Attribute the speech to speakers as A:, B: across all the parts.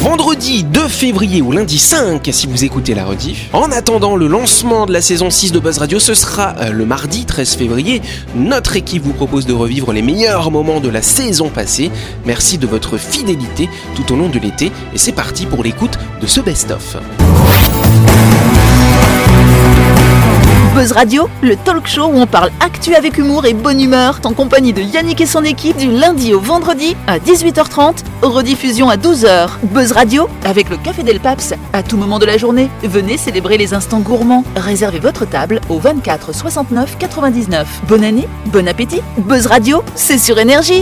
A: vendredi 2 février ou lundi 5 si vous écoutez la rediff. En attendant le lancement de la saison 6 de Buzz Radio, ce sera euh, le mardi 13 février. Notre équipe vous propose de revivre les meilleurs moments de la saison passée. Merci de votre fidélité tout au long de l'été et c'est parti pour l'écoute de ce best-of.
B: Buzz Radio, le talk show où on parle actu avec humour et bonne humeur, en compagnie de Yannick et son équipe du lundi au vendredi à 18h30, rediffusion à 12h. Buzz Radio, avec le Café Del Paps, à tout moment de la journée. Venez célébrer les instants gourmands. Réservez votre table au 24 69 99. Bonne année, bon appétit. Buzz Radio, c'est sur énergie.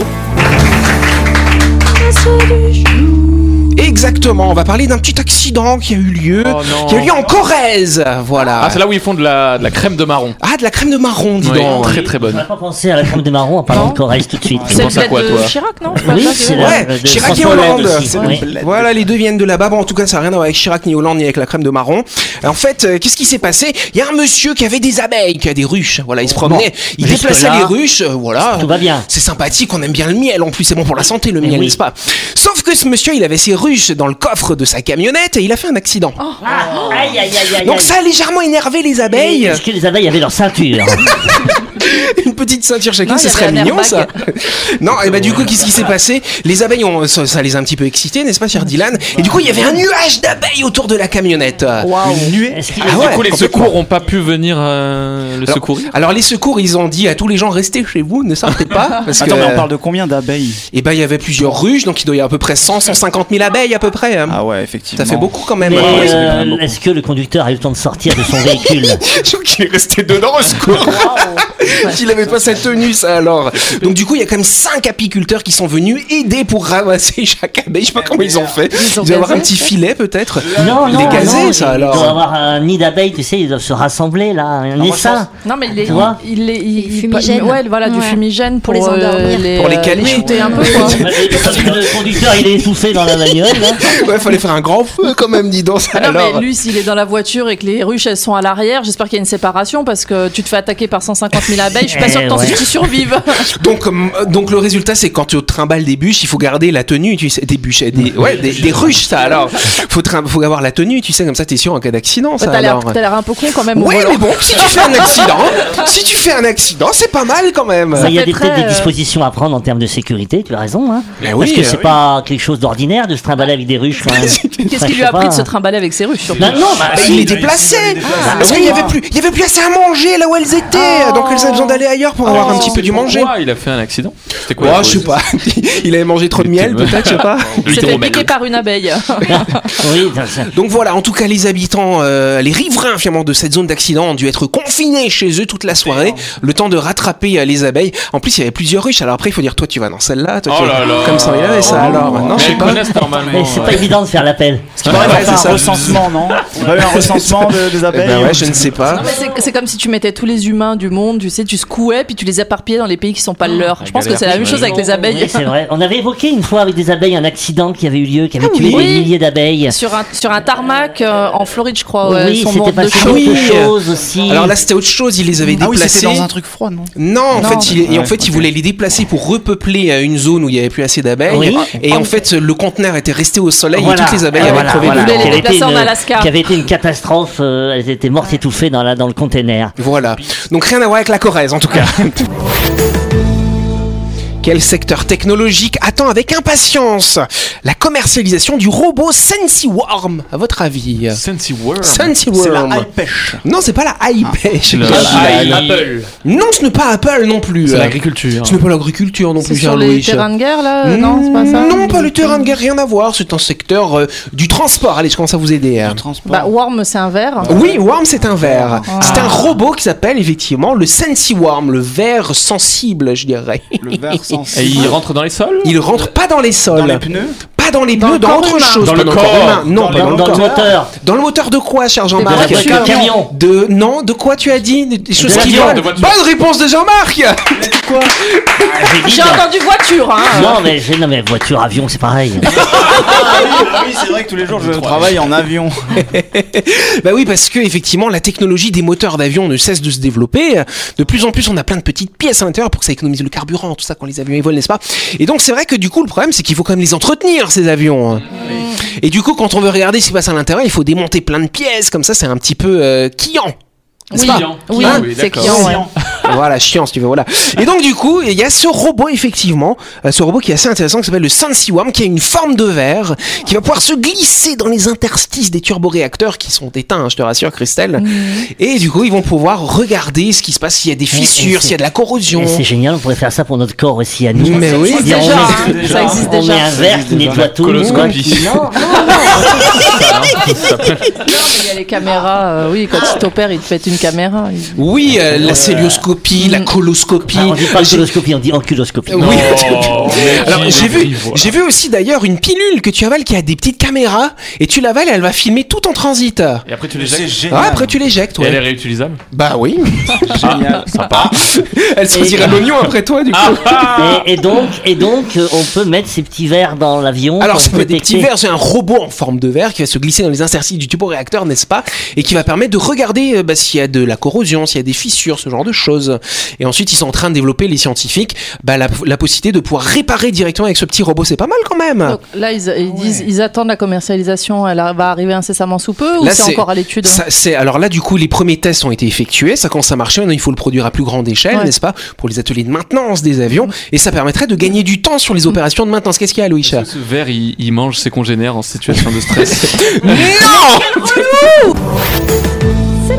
A: Exactement, on va parler d'un petit accident qui a eu lieu,
C: Oh non.
A: qui a eu lieu en Corrèze. Voilà.
C: Ah, c'est là où ils font de la, de la crème de marron.
A: Ah, de la crème de marron, dis
C: Oui,
A: donc.
C: Très très
D: On
C: bonne.
D: n'a pas pensé à la crème de marron en parlant de Corrèze tout de suite.
C: Tu penses à quoi, toi
E: Chirac, non
D: Oui, c'est la-
A: Ouais,
D: de
A: Chirac et
D: François
A: Hollande.
D: Hollande aussi,
A: C'est
D: oui.
A: le bled. Voilà, les deux viennent de là-bas. Bon, en tout cas, ça n'a rien à voir avec Chirac ni Hollande ni avec la crème de marron. En fait, euh, qu'est-ce qui s'est passé Il y a un monsieur qui avait des abeilles, qui a des ruches. Voilà, il se promenait, il
D: Jusque
A: déplaçait
D: là,
A: les ruches. euh, Voilà.
D: Oh, Tout va bien. Eh
A: C'est sympathique, on aime bien le miel en plus, c'est bon pour la santé le miel,
D: oui.
A: n'est-ce pas Sauf que ce monsieur, il avait ses ruches dans le coffre de sa camionnette et il a fait un accident.
D: Ah, aïe, aïe, aïe, aïe.
A: Donc
D: aïe.
A: ça a légèrement énervé les
D: Et
A: abeilles.
D: Est-ce que les abeilles avaient leur ceinture
A: Une petite ceinture chacune,
E: Non,
A: ce
E: il y
A: serait
E: avait un
A: mignon ça.
E: airbag.
A: Non, et bah du coup, qu'est-ce qui s'est passé Les abeilles, ont, ça, ça les a un petit peu excitées, n'est-ce pas, cher Dylan Et du coup, il y avait un nuage d'abeilles autour de la camionnette.
C: Une nuée.
D: Est-ce qu'il-
A: Ah ouais,
C: du coup, les
A: complètement.
C: secours n'ont pas pu venir euh, le
A: Alors-
C: secourir.
A: Alors les secours, ils ont dit à tous les gens restez chez vous, ne sortez pas. Parce
F: Attends,
A: que,
F: mais on parle de combien d'abeilles
A: Et bah il y avait plusieurs ruches, donc il doit y avoir à peu près 100, 150 000 abeilles à peu près. hein.
F: Ah ouais, effectivement.
A: ça fait beaucoup quand même.
D: Mais,
A: Ouais,
F: c'est
A: ouais.
D: euh,
F: bien, bon.
D: Est-ce que le conducteur a eu le temps de sortir de son véhicule
A: Je crois qu'il est resté dedans au secours. Qu'il avait pas sa tenue, ça alors. Donc, du coup, il y a quand même cinq apiculteurs qui sont venus aider pour ramasser chaque abeille. Je sais pas comment ils ont fait. Ils
E: ont
A: doivent avoir un
E: gazé,
A: petit filet, peut-être.
D: Non,
A: Il est
D: non,
A: gazé,
D: non,
A: ça,
D: ils
A: alors.
D: doivent avoir un nid d'abeilles, tu sais, ils doivent se rassembler là, un
F: moi, je
D: essaim.
E: Non, mais il est.
D: Tu vois
E: il est il,
G: Les fumigènes.
E: Ouais, voilà, du
G: Ouais.
E: fumigène pour,
G: Pour les
E: euh,
G: endormir.
A: Pour les calmer.
E: shooter un peu, quoi.
D: Mais Le conducteur, il est étouffé dans la bagnole. hein. là.
A: Ouais, fallait faire un grand feu quand même, dis donc, ça
E: Ah non,
A: alors.
E: mais lui, s'il est dans la voiture et que les ruches, elles sont à l'arrière, j'espère qu'il y a une séparation parce que tu te fais attaquer par 150 000 abeilles. Je suis pas sûre que t'en-
D: Eh ouais.
E: tu survives.
A: Donc, hum, donc, le résultat, c'est quand tu trimbales des bûches, il faut garder la tenue, tu sais. Des bûches, des, ouais, des, des ruches, ça alors. Faut, trim- faut avoir la tenue, tu sais, comme ça, t'es sûr en cas d'accident, ça
E: T'as l'air
A: alors.
E: t'as l'air un peu con quand même. au
A: Ouais,
E: volant.
A: mais bon, si tu fais un accident, si tu fais un accident, c'est pas mal quand même.
D: Mais Il y a
E: fait
D: des-
E: très,
D: peut-être des
E: euh,
D: dispositions à prendre en termes de sécurité, tu as raison. Hein.
A: Mais
D: Parce
A: oui,
D: que c'est
A: oui.
D: pas quelque chose d'ordinaire de se trimballer avec des ruches. quand même.
E: Qu'est-ce
D: Enfin,
E: qui
D: je
E: lui
D: sais
E: a appris
D: pas.
E: de se trimballer avec ses ruches surtout
D: Bah non, bah,
A: Bah,
D: si,
A: il les déplaçait Parce qu'il y avait plus, il y avait plus assez à manger là où elles étaient, donc elles avaient besoin d'aller ailleurs
C: Oh.
A: pour avoir un petit peu du manger.
C: Pourquoi il a fait un accident C'était
A: Ouais,
C: quoi la
A: je sais
C: cause
A: pas. Il avait mangé trop de miel, peut-être, je sais pas.
E: Il s'est fait
C: L'hydromel.
E: piquer par une abeille.
D: Oui, ça- ça-
A: Donc voilà, en tout cas, les habitants, euh, les riverains finalement de cette zone d'accident ont dû être confinés chez eux toute la soirée, le temps de rattraper euh, les abeilles. En plus, il y avait plusieurs ruches. Alors après, il faut dire, toi, tu vas dans celle-là, toi, tu
C: Oh
A: vas-
C: là là.
A: comme ça, il avait ça. alors, non, je
C: Mais
A: sais
C: ils
A: pas.
C: connaissent normalement. euh,
D: mais c'est pas
C: ouais.
D: évident de faire l'appel.
F: On
A: Ouais,
F: aurait
A: ouais,
F: pas
A: c'est
F: fait
A: ça.
F: un recensement, hein. non On a eu un recensement de- des
A: Eh
F: abeilles
A: ben ouais, je ne sais pas.
E: Non, mais c'est- c'est comme si tu mettais tous les humains du monde, tu sais, tu secouais puis tu les éparpillais dans les pays qui sont pas le leur. Je pense que c'est la même chose avec les
D: Oui,
E: abeilles.
D: c'est vrai. On avait évoqué une fois avec des abeilles un accident qui avait eu lieu, qui avait
E: Ah
D: tué
E: oui.
D: des milliers d'abeilles.
E: Sur un, sur un tarmac euh, en Floride, je crois. ouais,
D: oui,
E: ils sont
D: c'était
E: morts de
D: passé
E: chaud.
A: Oui.
D: quelque chose aussi.
A: Alors là, c'était autre chose. Ils les avaient
F: Ah oui,
A: déplacés.
F: c'était dans un truc froid, non
A: Non, en
E: Non.
A: fait, il, et en
F: Ouais,
A: fait, il
F: ok.
A: voulait les déplacer pour repeupler euh, une zone où il n'y avait plus assez d'abeilles.
D: Oui.
A: Et en fait, le conteneur était resté au soleil
D: Voilà.
A: et toutes les abeilles
D: Ah,
A: avaient
D: voilà,
A: crevé.
D: voilà.
A: dedans.
E: voulait les
D: Qui avait
E: déplacer
D: été
E: en
D: une-
E: Alaska.
D: Qui avait été une catastrophe. euh, elles étaient mortes étouffées dans, la, dans le container.
A: Voilà. Donc rien à voir avec la Corrèze, en tout cas. Quel secteur technologique attend avec impatience la commercialisation du robot SensiWorm, à votre avis
C: Sensi World.
F: C'est la
A: SensiWorm.
F: high pêche.
A: Non, c'est pas la hype.
C: Ah.
A: Ah,
C: La- la-
A: Non, ce n'est pas Apple non plus.
C: C'est l'agriculture.
A: Ce n'est pas l'agriculture non
E: C'est
A: plus,
E: sur
A: cher
E: les
A: Louis.
E: terrains de guerre, là euh, Non, c'est pas ça
A: Non, pas le terrain de guerre, rien à voir. C'est un secteur euh, du transport. Allez, je commence à vous aider. hein.
F: Transport.
E: Bah, Worm, c'est un verre.
A: Oui, Worm, c'est un verre.
E: Ah.
A: C'est un robot qui s'appelle effectivement le Sensi Worm, le verre sensible, je dirais.
F: Le verre sans.
C: Et il rentre dans les sols
A: Il rentre pas dans les sols,
F: dans les pneus
A: pas dans les
E: Dans
A: pneus,
E: le
A: dans
E: corps
A: autre
E: humain.
A: chose,
C: Dans
A: pas
C: le
A: dans
C: corps.
A: humain. non, pas
D: Dans,
A: Ah, dans, le
D: le
A: corps.
D: moteur.
A: Dans le moteur de quoi, cher
D: Dans la
A: Jean-Marc
D: voiture,
E: Camion.
D: le camion.
A: De non, de quoi tu as dit Des des choses qui
D: voiture,
A: volent.
C: de voiture.
A: Bonne réponse de Jean-Marc.
D: Ah, j'ai dit,
E: J'ai
D: non.
E: entendu voiture, hein
D: Non, mais, j'ai- non, mais voiture, avion, c'est pareil.
F: Ah oui, c'est vrai que tous les jours je travaille en avion.
A: Bah oui, parce que effectivement, la technologie des moteurs d'avion ne cesse de se développer. De plus en plus, on a plein de petites pièces à l'intérieur pour que ça économise le carburant, tout ça quand les avions ils volent, n'est-ce pas Et donc c'est vrai que du coup, le problème, c'est qu'il faut quand même les entretenir ces avions. Et du coup, quand on veut regarder ce qui se passe à l'intérieur, il faut démonter plein de pièces, comme ça, c'est un petit peu euh, quillant.
E: Oui,
C: Client.
E: oui,
C: Ah,
E: c'est
C: d'accord.
E: client, ouais.
A: voilà, chiant, si tu veux, voilà. Et donc, du coup, il y a ce robot, effectivement, euh, ce robot qui est assez intéressant, qui s'appelle le Sensiworm, qui a une forme de verre, qui va pouvoir se glisser dans les interstices des turboréacteurs qui sont éteints, hein, je te rassure, Christelle. Et du coup, ils vont pouvoir regarder ce qui se passe, s'il y a des fissures,
D: c'est-
A: s'il y a de la corrosion.
D: Et C'est génial, on pourrait faire ça pour notre corps aussi à nous.
A: Mais oui.
D: C'est-à-dire,
E: Déjà,
D: on met-
E: hein, ça existe
D: on met
E: déjà.
D: un verre qui nettoie tout. le monde.
C: Coloscopie.
E: Il y a les caméras, euh, oui, quand il t'opère, il te fait une caméra. il-
A: Oui, euh, la célioscopie, la coloscopie.
D: Ah, on dit pas
A: J'ai-
D: culoscopie, on dit enculoscopie.
A: euh, Oui.
C: Oh,
A: Alors
C: Maggie,
A: j'ai vu,
C: Maggie, voilà.
A: j'ai vu aussi d'ailleurs une pilule que tu avales qui a des petites caméras et tu l'avales et elle va filmer tout en transit.
C: Et après tu les
F: C'est
C: jettes.
A: Ah,
F: génial.
A: après tu l'éjectes,
C: Et elle est
A: ouais.
C: réutilisable.
A: Bah oui.
F: Génial.
A: Elle se retire à l'oignon après toi du coup. Ah.
D: Et, et donc, et donc euh, on peut mettre ces petits verres dans l'avion.
A: Alors
D: pour
A: ça peut être des petits
D: détecter.
A: verres, c'est un robot en forme de verre qui va se glisser dans les interstices du tubo réacteur, n'est-ce pas Et qui va permettre de regarder euh, bah, s'il y a de la corrosion, s'il y a des fissures, ce genre de choses. Et ensuite ils sont en train de développer les scientifiques bah, la, la possibilité de pouvoir réparer directement avec ce petit robot, c'est pas mal quand même.
E: Donc là, ils, ils disent, ils attendent la commercialisation, elle va arriver incessamment sous peu ou
A: Là,
E: c'est
A: c'est-
E: encore à l'étude
A: Ça, c'est alors là du coup les premiers tests ont été effectués, ça commence à marcher, maintenant il faut le produire à plus grande échelle,
E: Ouais. Mm.
A: n'est-ce pas, pour les ateliers de maintenance des avions et ça permettrait de gagner du temps sur les opérations de maintenance. Qu'est-ce qu'il y a Louis
C: Est-ce que Ce verre, il, il mange ses congénères en situation de stress.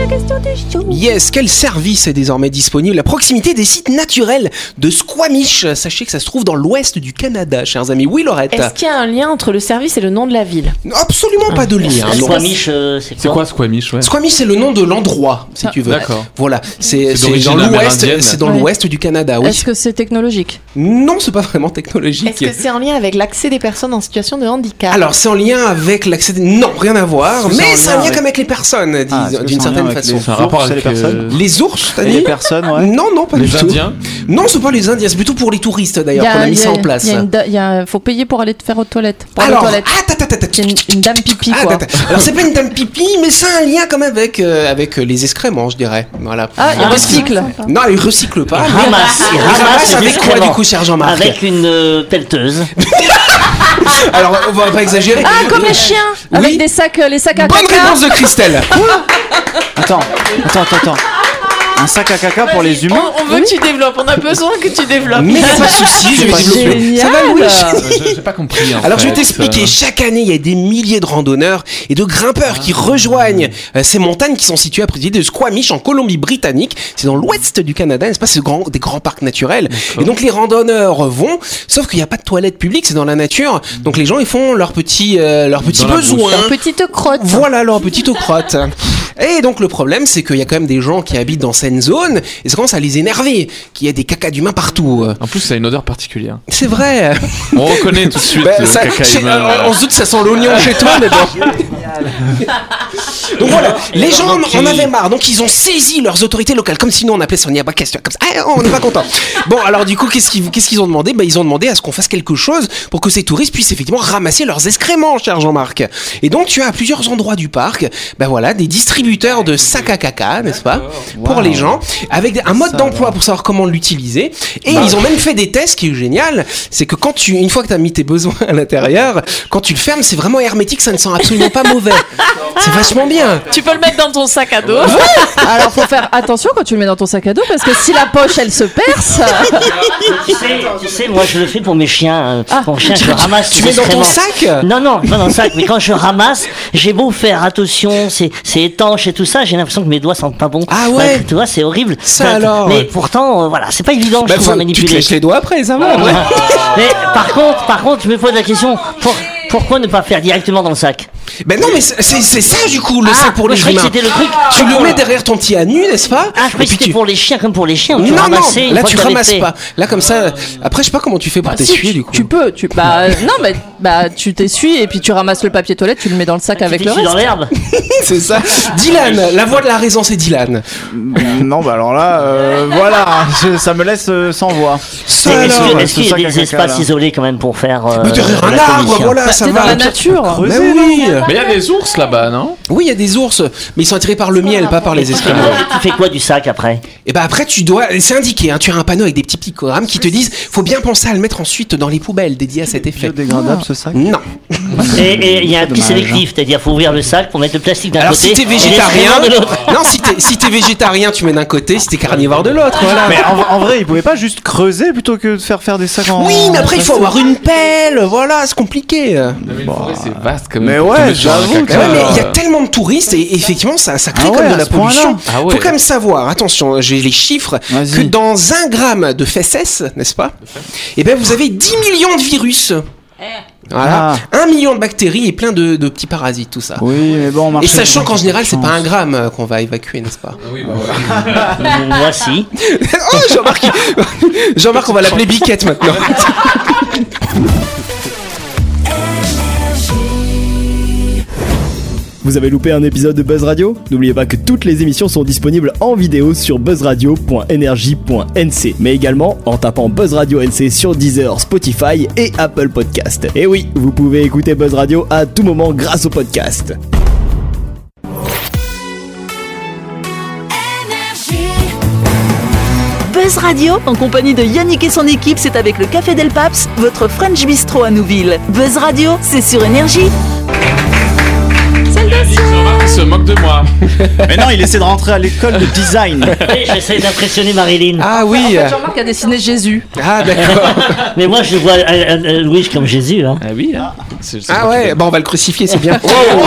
A: Yes, quel service est désormais disponible à proximité des sites naturels de Squamish Sachez que ça se trouve dans l'ouest du Canada, chers amis. Oui Laurette.
G: Est-ce qu'il y a un lien entre le service et le nom de la ville
A: Absolument pas de lien.
D: Un
A: non.
D: squamish, euh, c'est
C: C'est
D: quoi,
C: quoi Squamish ouais.
A: Squamish c'est le nom de l'endroit si tu
F: Ah,
A: veux.
C: D'accord.
A: Voilà, c'est
C: C'est
A: c'est
C: d'origine
A: dans l'ouest,
C: amérindienne.
A: c'est dans
E: Ouais.
A: l'ouest du Canada, oui.
E: Est-ce que c'est technologique
A: Non, c'est pas vraiment technologique.
G: Est-ce que c'est en lien avec l'accès des personnes en situation de handicap
A: Alors, c'est en lien avec l'accès. des- Non, rien à voir.
F: Est-ce que
A: Mais
F: c'est
A: c'est
F: en
A: en
F: lien
A: lien comme avec les personnes, dis-
F: Ah, est-ce que
A: d'une
F: c'est en lien
A: certaine
F: avec
A: façon.
F: les-
C: C'est un rapport
F: Ours,
C: avec
F: les personnes
C: euh,
A: Les ours, t'as
F: Et les
A: dit
F: personnes, ouais.
A: Non, non, pas du
C: les
A: tout.
C: Indiens.
A: Non, c'est pas les Indiens, c'est plutôt pour les touristes d'ailleurs qu'on a mis ça en place.
E: Il faut payer pour aller te faire aux toilettes. Pour aller aux
A: Alors,
E: toilettes.
A: ah, ta, ta, ta, ta,
E: C'est une, une dame pipi,
A: ah,
E: quoi.
A: ta, ta. Alors, c'est pas une dame pipi, mais ça a un lien quand même avec, euh, avec euh, les excréments, je dirais. Voilà.
E: Ah, il
D: Ah,
E: recycle.
A: Non, elle recycle pas. mais-
D: Ramasse,
A: Elle
D: ramasse
A: ramasse
D: les
A: avec quoi du
D: excréments.
A: coup, sergent Marc
D: Avec une euh, pelleteuse.
A: Alors, on va pas exagérer.
E: Ah, comme les chiens Avec
A: Oui.
E: des sacs, euh, les sacs à
A: Bonne
E: caca.
A: réponse de Christelle.
F: Attends, attends, attends, attends. Un sac à caca pour les
G: on,
F: humains
G: on veut que tu développes, on a besoin que tu développes.
A: Mais y a pas de souci, je vais développer. Ça va, Louis
E: Génial.
C: Euh, J'ai j'ai pas compris. en
A: Alors je vais
C: fait. euh,
A: t'expliquer, chaque année il y a des milliers de randonneurs et de grimpeurs
C: Ah.
A: qui rejoignent euh, ces montagnes qui sont situées à proximité de Squamish en Colombie-Britannique, c'est dans l'ouest du Canada, n'est-ce pas, c'est grand, des grands parcs naturels.
C: euh.
A: Et donc les randonneurs vont, sauf qu'il n'y a pas de toilette publique, c'est dans la nature, donc les gens ils font leurs petits, euh, leurs petits
C: Dans la
A: besoins.
E: Leur petite crotte.
A: Voilà leur petite crotte. Et donc le problème, c'est qu'il y a quand même des gens qui habitent dans cette zone, et ça commence à les énerver, qu'il y a des cacas d'humains partout.
C: En plus, ça a une odeur particulière.
A: C'est vrai.
C: On reconnaît tout de suite
A: Bah,
C: le
A: ça-
C: caca
A: chez-
C: humain.
A: euh, on se doute que ça sent l'oignon chez toi, mais bon. Donc voilà, les gens en, en avaient marre, donc ils ont saisi leurs autorités locales, comme si nous on appelait ça, on n'y a pas question, comme ça, Ah, on n'est pas content. Bon, alors du coup, qu'est-ce qu'ils qu'est-ce qu'ils ont demandé bah, Ils ont demandé à ce qu'on fasse quelque chose pour que ces touristes puissent effectivement ramasser leurs excréments, cher Jean-Marc. Et donc tu as à plusieurs endroits du parc, bah voilà, des distributeurs de sacs à caca, n'est-ce pas Pour les gens, avec des- un mode d'emploi pour savoir comment l'utiliser. Et ils ont même fait des tests, ce qui est génial, c'est que quand tu, une fois que tu as mis tes besoins à l'intérieur, quand tu le fermes, c'est vraiment hermétique, ça ne sent absolument pas mauvais. C'est vachement bien.
G: Tu peux le mettre dans ton sac à dos.
E: Alors faut faire attention quand tu le mets dans ton sac à dos parce que si la poche elle se perce,
D: tu, sais, tu sais, moi je le fais pour mes chiens. euh,
E: Ah,
D: mon chien, je ramasse
A: Tu
D: ses
A: mets dans ton
D: excréments.
A: sac
D: Non, non, pas dans le sac, mais quand je ramasse, j'ai beau faire attention, c'est c'est étanche et tout ça, j'ai l'impression que mes doigts sentent pas bon.
A: Ah ouais
D: Bah, Tu vois, c'est horrible.
A: Ça
D: Enfin,
A: alors.
D: Mais pourtant, euh, voilà, c'est pas évident, je
A: Bah,
D: trouve,
A: faut-
D: à
A: tu te
D: manipuler. Ah,
A: lèches les doigts après, ça va. ouais.
D: mais par contre, par contre, je me pose la question, pour- pourquoi ne pas faire directement dans le sac
A: Ben non, mais c'est c'est- c'est ça du coup le
D: Ah,
A: sac pour le
D: je croyais que
A: humain.
D: c'était le truc.
A: Tu le mets derrière ton petit anus, n'est-ce pas
D: Ah,
A: Et
D: je croyais que
A: puis
D: c'était
A: tu-
D: pour les chiens comme pour les chiens. tu
A: non,
D: ramassais
A: non,
D: une
A: là
D: fois
A: tu
D: que t'avais
A: ramasses
D: fait.
A: pas. Là comme ça, après je sais pas comment tu fais pour
E: Ah, si,
A: t'essuyer Ah,
E: tu,
A: du coup.
E: tu peux, tu bah euh, non mais bah tu t'essuies et puis tu ramasses le papier toilette, tu le mets dans le
G: Ah,
E: sac
D: Tu
E: avec
D: t'es
E: le
D: dessus
E: reste.
D: dans l'herbe.
A: C'est ça. Dylan, la voix de la raison c'est Dylan.
F: Non, bah alors là, euh, voilà, je- ça me laisse euh, sans voix.
A: Ça
D: Mais Est-ce
A: alors.
D: que-
F: ouais,
D: est-ce qu'il
F: ce
D: y a
F: sac à
D: des
F: caca,
D: espaces
F: là.
D: isolés quand même pour faire euh,
A: Mais derrière
D: de
A: un
D: la
A: arbre,
D: commission
A: voilà,
E: Bah,
A: ça
E: t'es dans
A: va.
E: la nature.
A: Mais oui, miel.
C: Mais il y a des ours là-bas, non
A: Oui, il y a des ours, mais ils sont attirés par le miel, pas par les
D: Ah,
A: esquimaux.
D: Tu fais quoi du sac après
A: Et bah après, tu dois. C'est indiqué, hein, tu as un panneau avec des petits pictogrammes qui te disent faut bien penser à le mettre ensuite dans les poubelles dédiées à cet effet.
F: Biodégradable ce sac
A: Non.
D: Et et il y a un
F: C'est
D: prix
F: dommage,
D: sélectif, c'est-à-dire faut ouvrir le sac pour mettre le plastique d'un
A: hein. Alors si
D: côté.
A: t'es
D: et les
A: végétarien,
D: excréments de l'autre.
A: non, si t'es si t'es végétarien, tu mets d'un côté, si t'es carnivore de l'autre, voilà.
F: Mais en, en vrai, ils pouvaient pas juste creuser plutôt que de faire faire des sacs en.
A: Oui, mais après il faut avoir une pelle, voilà, c'est compliqué.
F: Bah,
C: mais c'est vaste quand
F: Mais ouais, j'avoue,
A: Ouais,
F: Ouais,
A: mais il y a
C: euh,
A: tellement de touristes et effectivement ça, ça crée
F: Ah
A: comme
F: ouais,
A: de
F: à
A: la
F: ce point-là.
A: pollution.
C: Ah ouais.
A: Faut quand même savoir, attention, hein, j'ai les chiffres,
F: Vas-y.
A: que dans un gramme de fesses, n'est-ce pas Eh ben vous avez 10 millions de virus.
F: Ah.
A: Voilà, un million de bactéries et plein de, de petits parasites, tout ça.
F: Oui, mais bon, on marche.
A: Et sachant qu'en général, c'est pas un gramme euh, qu'on va évacuer, n'est-ce pas
D: Moi si.
A: Oh, Jean-Marc, il- Jean-Marc, on va l'appeler Biquette maintenant.
H: Vous avez loupé un épisode de Buzz Radio N'oubliez pas que toutes les émissions sont disponibles en vidéo sur buzzradio.energie.nc, mais également en tapant Buzz Radio NC sur Deezer, Spotify et Apple Podcast. Et oui, vous pouvez écouter Buzz Radio à tout moment grâce au podcast.
B: Buzz Radio, en compagnie de Yannick et son équipe, c'est avec le Café Del Paps, votre French Bistro à Nouville. Buzz Radio, c'est sur Énergie.
C: Jean-Marc, il se moque de moi.
F: Mais non, il essaie de rentrer à l'école de design.
D: Oui, J'essaie d'impressionner Marilyn.
A: Ah oui, euh,
E: Jean-Marc a dessiné Jésus.
A: ah d'accord.
D: Mais moi je vois euh, euh, euh, Louis comme Jésus. Hein.
C: Ah oui, hein C'est- c'est
A: Ah
C: moi qui
A: ouais,
C: l'ai-
A: bon, on va le crucifier, c'est bien.
C: Oh, Wow,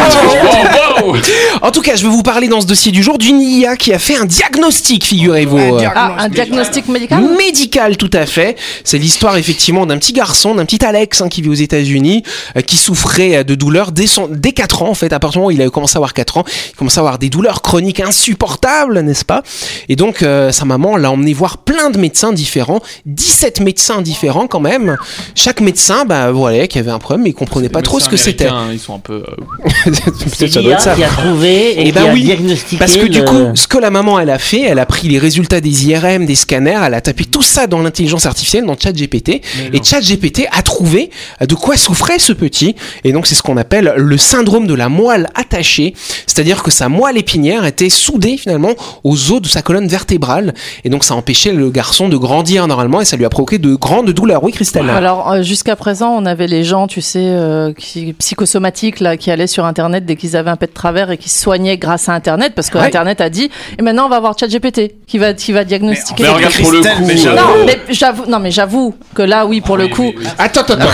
C: wow, wow.
A: En tout cas, je vais vous parler dans ce dossier du jour d'une IA qui a fait un diagnostic, figurez-vous. Euh,
E: Ah, un diagnostic médical
A: médical tout à fait. C'est l'histoire effectivement d'un petit garçon, d'un petit Alex hein, qui vit aux États-Unis, euh, qui souffrait euh, de douleurs dès, son- dès 4 ans en fait. À partir du moment où il a commencé à avoir 4 ans, il commençait à avoir des douleurs chroniques insupportables, n'est-ce pas Et donc euh, sa maman l'a emmené voir plein de médecins différents, 17 médecins différents quand même. Chaque médecin, bah voilà, qui avait un problème, mais il comprenait pas
C: Les
A: trop ce que
C: médecins
A: c'était.
C: américains, Ils sont un peu. euh,
A: Peut-être
D: C'est
A: ça doit
D: l'IA
A: être ça.
D: qui a trouvé et,
A: Eh ben
D: qui a
A: oui,
D: diagnostiqué.
A: Parce que du
D: le-
A: coup, ce que la maman elle a fait, elle a pris les résultats des IRM, des scanners, elle a tapé tout ça dans l'intelligence artificielle, dans ChatGPT, et ChatGPT a trouvé euh, de quoi souffrait ce petit. Et donc c'est ce qu'on appelle le syndrome de la moelle attachée, c'est-à-dire que sa moelle épinière était soudée finalement aux os de sa colonne vertébrale, et donc ça empêchait le garçon de grandir normalement, et ça lui a provoqué de grandes douleurs. Oui, Christelle.
E: Alors, euh, jusqu'à présent, on avait les gens, tu sais, euh, qui, psychosomatiques, là, qui allaient sur Internet dès qu'ils avaient un pet de travers et qui se soignaient grâce à Internet, parce que
A: Ouais.
E: Internet a dit, et maintenant, on va voir ChatGPT, qui va, qui va diagnostiquer.
C: Mais regarde pour le
F: Christelle, mais
C: coup. Ah
F: j'avoue.
C: euh,
E: non, mais j'avoue, non, mais j'avoue que là, oui, pour le coup.
A: Attends, attends, attends.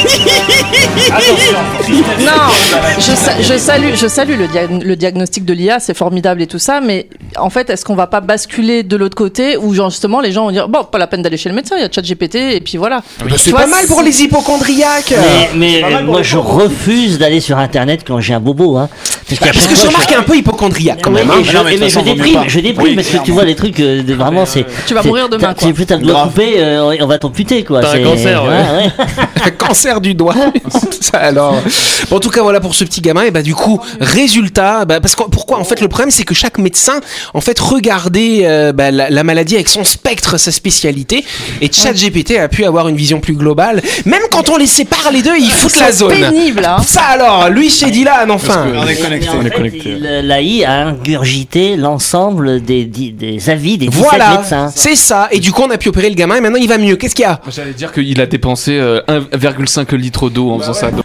E: Non, je, sa- je salue, je salue le, dia- le diagnostic de l'IA, c'est formidable et tout ça, mais en fait, est-ce qu'on va pas basculer de l'autre côté où genre, justement les gens vont dire bon, pas la peine d'aller chez le médecin, il y a ChatGPT et puis voilà.
A: Bah, c'est
E: Toi,
A: pas mal pour
E: c'est-
A: les hypochondriaques.
D: Mais, mais euh, moi je refuse d'aller sur internet quand j'ai un bobo. Hein. Parce qu'il y a
A: Parce
D: plein
A: que
D: de fois,
A: Jean-Marc est un peu hypochondriaque quand même. hein.
D: Et je,
F: Ah non, mais de
D: et mais
F: toute
D: je
F: façon, vaut mieux
D: déprime,
F: pas.
D: je déprime
F: Oui,
D: parce que tu vois les trucs, euh, de- vraiment c'est.
E: Tu vas
D: c'est-
E: mourir demain,
D: t'as-
E: quoi.
D: Tu peux t'as le doigt
F: Grave.
D: coupé, euh, on va t'en puter quoi.
C: T'as un
D: c'est-
C: cancer, ouais.
A: un cancer du doigt. Ça, alors. Bon, en tout cas, voilà pour ce petit gamin. Et bah du coup, résultat, bah, parce que pourquoi en fait le problème c'est que chaque médecin en fait regardait euh, bah, la, la maladie avec son spectre, sa spécialité. Et ChatGPT a pu avoir une vision plus globale. Même quand on les sépare les deux, ils foutent la
E: C'est
A: zone.
E: pénible, hein.
A: Ça alors, lui chez Dylan enfin.
C: Parce que-
F: On est
D: Mais
F: connecté.
D: en
C: On est
D: fait,
C: connecté.
D: il- L'AI a ingurgité l'ensemble des, des, des avis des 17
A: Voilà,
D: médecins.
A: c'est ça. Et du coup, on a pu opérer le gamin et maintenant il va mieux. Qu'est-ce qu'il y a
C: J'allais dire qu'il a dépensé euh, 1,5 litre d'eau en
A: Bah
C: faisant ça. Donc,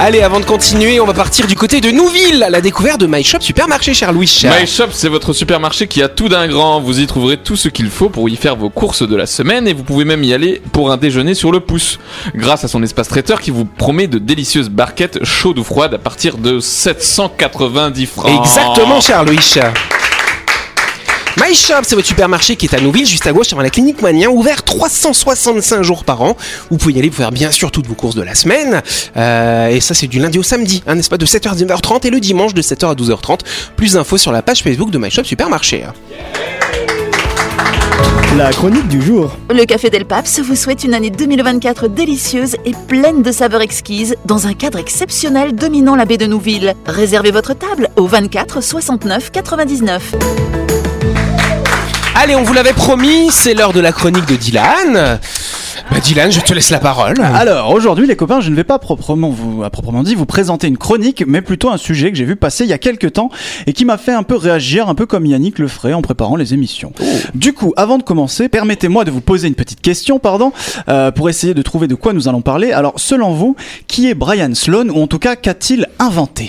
A: Allez, avant de continuer, on va partir du côté de Nouville à la découverte de My Shop Supermarché, cher Louis. Cher.
C: My Shop, c'est votre supermarché qui a tout d'un grand. Vous y trouverez tout ce qu'il faut pour y faire vos courses de la semaine et vous pouvez même y aller pour un déjeuner sur le pouce. Grâce à son espace traiteur qui vous promet de délicieuses barquettes chaudes ou froides à partir de 790 francs.
A: Exactement, cher Louis. My Shop, c'est votre supermarché qui est à Nouville, juste à gauche, avant la clinique Mania, ouvert 365 jours par an. Vous pouvez y aller pour faire bien sûr toutes vos courses de la semaine. Euh, et ça, c'est du lundi au samedi, hein, n'est-ce pas, de 7h à 19h30 et le dimanche de 7h à 12h30. Plus d'infos sur la page Facebook de My Shop Supermarché.
H: La chronique du jour.
B: Le Café Del Paps vous souhaite une année 2024 délicieuse et pleine de saveurs exquises dans un cadre exceptionnel dominant la baie de Nouville. Réservez votre table au 24 69 99.
A: Allez, on vous l'avait promis, c'est l'heure de la chronique de Dylan. Bah Dylan, je te laisse la parole.
F: Alors aujourd'hui les copains, je ne vais pas proprement vous, à proprement dit vous présenter une chronique, mais plutôt un sujet que j'ai vu passer il y a quelques temps et qui m'a fait un peu réagir, un peu comme Yannick le ferait en préparant les émissions. Du coup, avant de commencer, permettez-moi de vous poser une petite question, pardon, euh, pour essayer de trouver de quoi nous allons parler. Alors selon vous, qui est Brian Sloan ou en tout cas qu'a-t-il inventé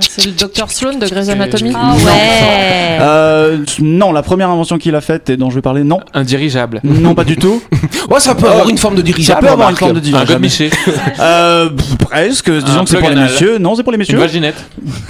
G: C'est le Dr Sloan de Grey's Anatomy.
B: Ah ouais
F: euh, Non, la première invention qu'il a faite et dont je vais parler, non,
C: Un dirigeable.
F: non pas du tout.
A: Oh, ça peut avoir une forme de dirigeable.
F: Ça peut avoir une
A: remarque.
F: forme de
C: Un
F: divergence.
C: godemiché.
F: Euh, pff, presque. Disons que c'est
C: plug
F: pour les
C: anal.
F: messieurs. Non, c'est pour les
C: Une
F: messieurs.
C: vaginette.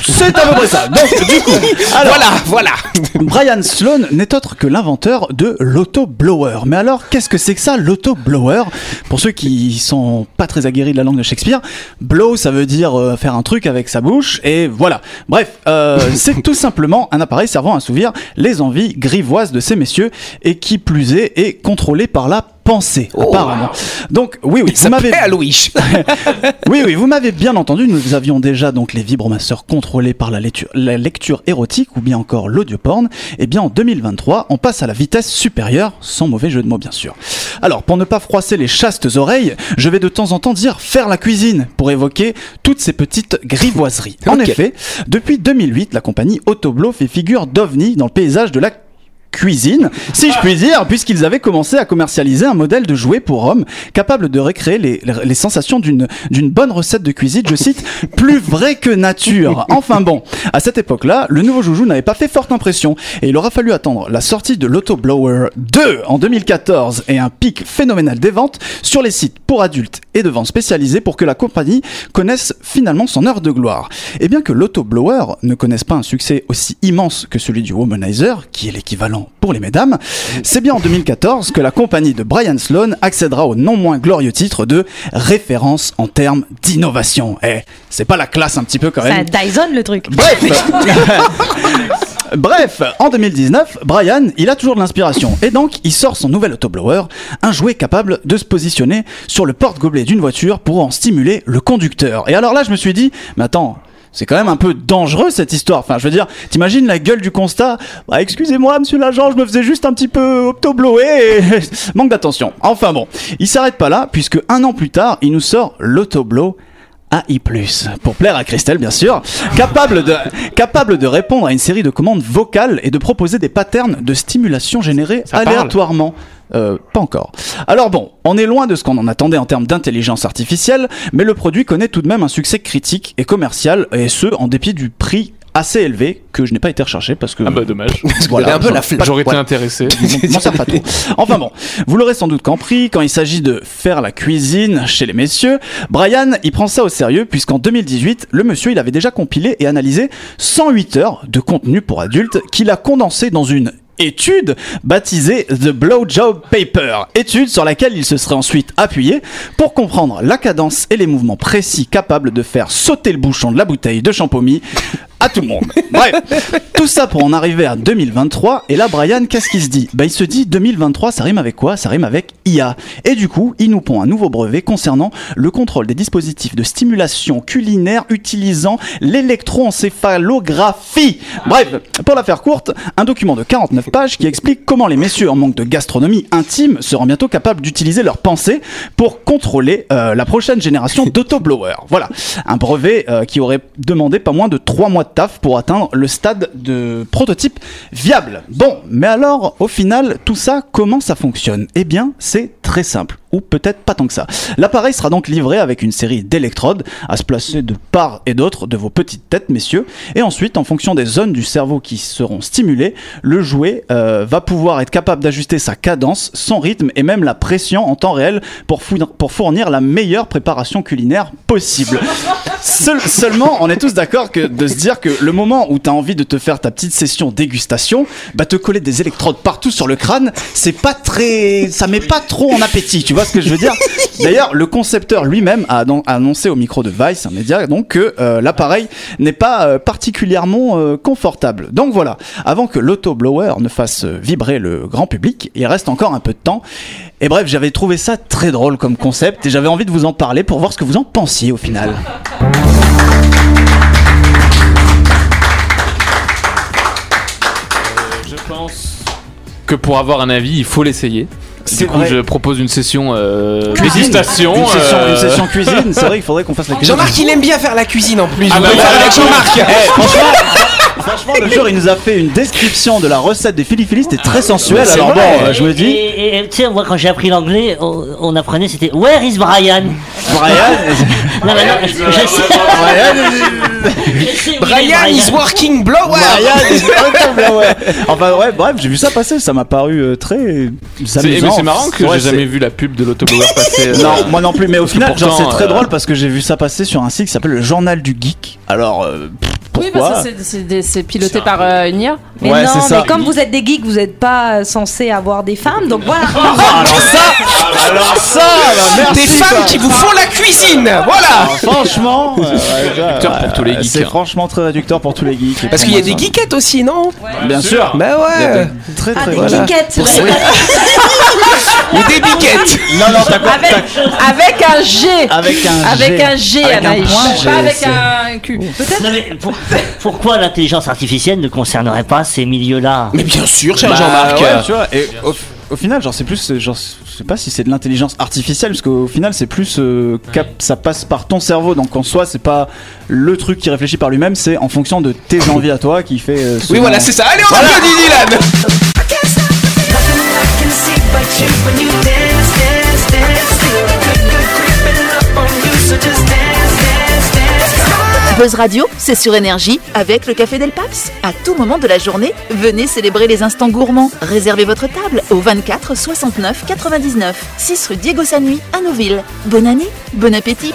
F: C'est à peu près ça. Donc, du coup, alors,
A: Voilà, voilà.
F: Brian Sloan n'est autre que l'inventeur de l'autoblower. Mais alors, qu'est-ce que c'est que ça, l'autoblower Pour ceux qui sont pas très aguerris de la langue de Shakespeare, blow, ça veut dire euh, faire un truc avec sa bouche, et voilà. Bref, euh, c'est tout simplement un appareil servant à assouvir les envies grivoises de ces messieurs, et qui plus est, est contrôlé par la pensée,
C: Oh.
F: apparemment. Donc, oui, oui, vous
A: Ça
F: m'avez...
A: plaît à Louis.
F: Oui, oui, vous m'avez bien entendu, nous avions déjà donc les vibromasseurs contrôlés par la lecture, la lecture érotique ou bien encore l'audioporn. Et bien en 2023, on passe à la vitesse supérieure, sans mauvais jeu de mots bien sûr. Alors, pour ne pas froisser les chastes oreilles, je vais de temps en temps dire faire la cuisine pour évoquer toutes ces petites grivoiseries. En
A: Ok.
F: effet, depuis 2008, la compagnie Autoblo fait figure d'ovni dans le paysage de la cuisine, si je puis dire, puisqu'ils avaient commencé à commercialiser un modèle de jouet pour hommes capable de récréer les, les sensations d'une d'une bonne recette de cuisine, je cite, plus vrai que nature. Enfin bon, à cette époque-là, le nouveau joujou n'avait pas fait forte impression et il aura fallu attendre la sortie de l'Autoblower 2 en 2014 et un pic phénoménal des ventes sur les sites pour adultes et de ventes spécialisées pour que la compagnie connaisse finalement son heure de gloire. Et bien que l'Autoblower ne connaisse pas un succès aussi immense que celui du Womanizer, qui est l'équivalent pour les mesdames, c'est bien en 2014 que la compagnie de Brian Sloan accédera au non moins glorieux titre de référence en termes d'innovation. Eh, c'est pas la classe un petit peu quand
I: C'est
F: même
I: un Dyson le truc.
F: Bref Bref, en 2019, Brian, il a toujours de l'inspiration. Et donc, il sort son nouvel autoblower, un jouet capable de se positionner sur le porte-gobelet d'une voiture pour en stimuler le conducteur. Et alors là, je me suis dit, mais attends. C'est quand même un peu dangereux cette histoire. Enfin, je veux dire, t'imagines la gueule du constat. Bah, excusez-moi, monsieur l'agent, je me faisais juste un petit peu optobloé et manque d'attention. Enfin bon, il s'arrête pas là puisque un an plus tard, il nous sort l'autoblow AI+, pour plaire à Christelle bien sûr, capable de, capable de répondre à une série de commandes vocales et de proposer des patterns de stimulation générés aléatoirement. Euh, pas encore. Alors bon, on est loin de ce qu'on en attendait en termes d'intelligence artificielle, mais le produit connaît tout de même un succès critique et commercial, et ce, en dépit du prix assez élevé que je n'ai pas été recherché parce que...
C: Ah bah dommage.
A: Voilà, un peu la flamme.
C: J'aurais été intéressé.
F: Bon, m'en sers pas trop. Enfin bon, vous l'aurez sans doute compris, quand il s'agit de faire la cuisine chez les messieurs, Brian, il prend ça au sérieux puisqu'en 2018, le monsieur, il avait déjà compilé et analysé 108 heures de contenu pour adultes qu'il a condensé dans une étude baptisée The Blowjob Paper, étude sur laquelle il se serait ensuite appuyé pour comprendre la cadence et les mouvements précis capables de faire sauter le bouchon de la bouteille de champomis à tout le monde. Bref, tout ça pour en arriver à 2023. Et là, Brian, qu'est-ce qu'il se dit Bah, il se dit 2023, ça rime avec quoi Ça rime avec IA. Et du coup, il nous pond un nouveau brevet concernant le contrôle des dispositifs de stimulation culinaire utilisant l'électroencéphalographie. Bref, pour la faire courte, un document de 49 pages qui explique comment les messieurs en manque de gastronomie intime seront bientôt capables d'utiliser leurs pensées pour contrôler euh, la prochaine génération d'autoblowers. Voilà, un brevet euh, qui aurait demandé pas moins de 3 mois de taf pour atteindre le stade de prototype viable. Bon, mais alors au final, tout ça, comment ça fonctionne Eh bien, c'est très simple, ou peut-être pas tant que ça. L'appareil sera donc livré avec une série d'électrodes à se placer de part et d'autre de vos petites têtes, messieurs, et ensuite, en fonction des zones du cerveau qui seront stimulées, le jouet euh, va pouvoir être capable d'ajuster sa cadence, son rythme et même la pression en temps réel pour, fournir- pour fournir la meilleure préparation culinaire possible. Seul- seulement, on est tous d'accord que de se dire que le moment où t'as envie de te faire ta petite session dégustation, bah te coller des électrodes partout sur le crâne, c'est pas très, ça met pas trop en appétit. Tu vois ce que je veux dire D'ailleurs, le concepteur lui-même a annon- a annoncé au micro de Vice, un média, donc que euh, l'appareil n'est pas euh, particulièrement euh, confortable. Donc voilà, avant que l'autoblower ne fasse euh, vibrer le grand public, il reste encore un peu de temps. Et bref, j'avais trouvé ça très drôle comme concept et j'avais envie de vous en parler pour voir ce que vous en pensiez au final.
C: Je pense que pour avoir un avis, il faut l'essayer.
F: C'est
C: Du coup,
F: vrai.
C: je propose une session euh,
F: Cuisine.
C: dégustation.
F: Une session,
C: euh,
F: une session cuisine, c'est vrai qu'il faudrait qu'on fasse la cuisine.
A: Jean-Marc, il aime bien faire la cuisine en plus.
C: Ah
A: Vous
C: bah
A: pouvez
C: voilà.
A: faire avec Jean-Marc.
F: Eh, franchement, franchement, le jour, il nous a fait une description de la recette des filifilis, c'était très sensuel.
C: C'est
F: Alors bon,
C: vrai.
F: euh, je me
D: Et,
F: dis,
D: et- et tu sais, moi quand j'ai appris l'anglais, on, on apprenait c'était Where is Brian
F: Brian,
D: Non, mais non, je sais, je sais où il est,
A: Brian is working blower.
F: Brian is incroyable, ouais. Enfin, ouais, bref, j'ai vu ça passer, ça m'a paru euh, très
C: c'est mais
F: amusant.
C: c'est marrant que
F: Ouais,
C: j'ai
F: c'est-
C: jamais vu la pub de l'autoblower passer. euh,
F: Non, moi non plus, mais au
C: Parce que
F: final, genre,
C: pourtant,
F: c'est très
C: euh,
F: drôle parce que j'ai vu ça passer sur un site qui s'appelle le Journal du Geek. Alors, euh, pff,
G: Oui,
F: pourquoi
G: parce que c'est- c'est des- c'est piloté par euh, une IA.
I: Mais
F: Ouais,
I: non,
F: c'est
I: mais
F: ça.
I: comme vous êtes des geeks, vous n'êtes pas censé avoir des femmes, donc voilà.
F: Alors ça, alors ça, bah, merci.
A: Des femmes
F: quoi.
A: qui vous font la cuisine. Voilà.
F: Alors, Ah, franchement, euh, ouais, ça,
C: Réducteur pour tous les
F: euh,
C: geeks,
F: C'est
C: hein.
F: franchement très réducteur pour tous les geeks. Et
A: Parce
F: pour
A: qu'il y a
F: moi,
A: des
F: ça-
A: geekettes aussi, non
F: Bien sûr.
A: Bah ouais.
F: Très
I: Ah,
F: très
I: des
F: voilà.
I: geekettes, ouais.
A: Ou des biquettes.
F: Non non, t'as quoi
G: Avec, avec un G
F: Avec un
G: Avec
F: G.
G: un G,
F: Avec un
G: Anaïs.
F: point G,
G: Pas avec
F: c'est-
G: un Q.
D: Non, mais pour- pourquoi l'intelligence artificielle ne concernerait pas ces milieux-là
A: Mais bien sûr, cher
F: Bah,
A: Jean-Marc.
F: ouais, tu vois, et au, au final, genre, c'est plus, euh, genre, je sais pas si c'est de l'intelligence artificielle, parce qu'au final, c'est plus, euh, cap- ça passe par ton cerveau, donc en soi, c'est pas le truc qui réfléchit par lui-même, c'est en fonction de tes envies à toi qui fait. euh,
A: Oui,
F: selon-
A: voilà, c'est ça. Allez, on applaudit Dylan.
B: Buzz Radio, c'est sur énergie avec le Café Del Paps. À tout moment de la journée, venez célébrer les instants gourmands. Réservez votre table au 24 69 99 6 rue Diego Sanui à Nouville. Bonne année, bon appétit.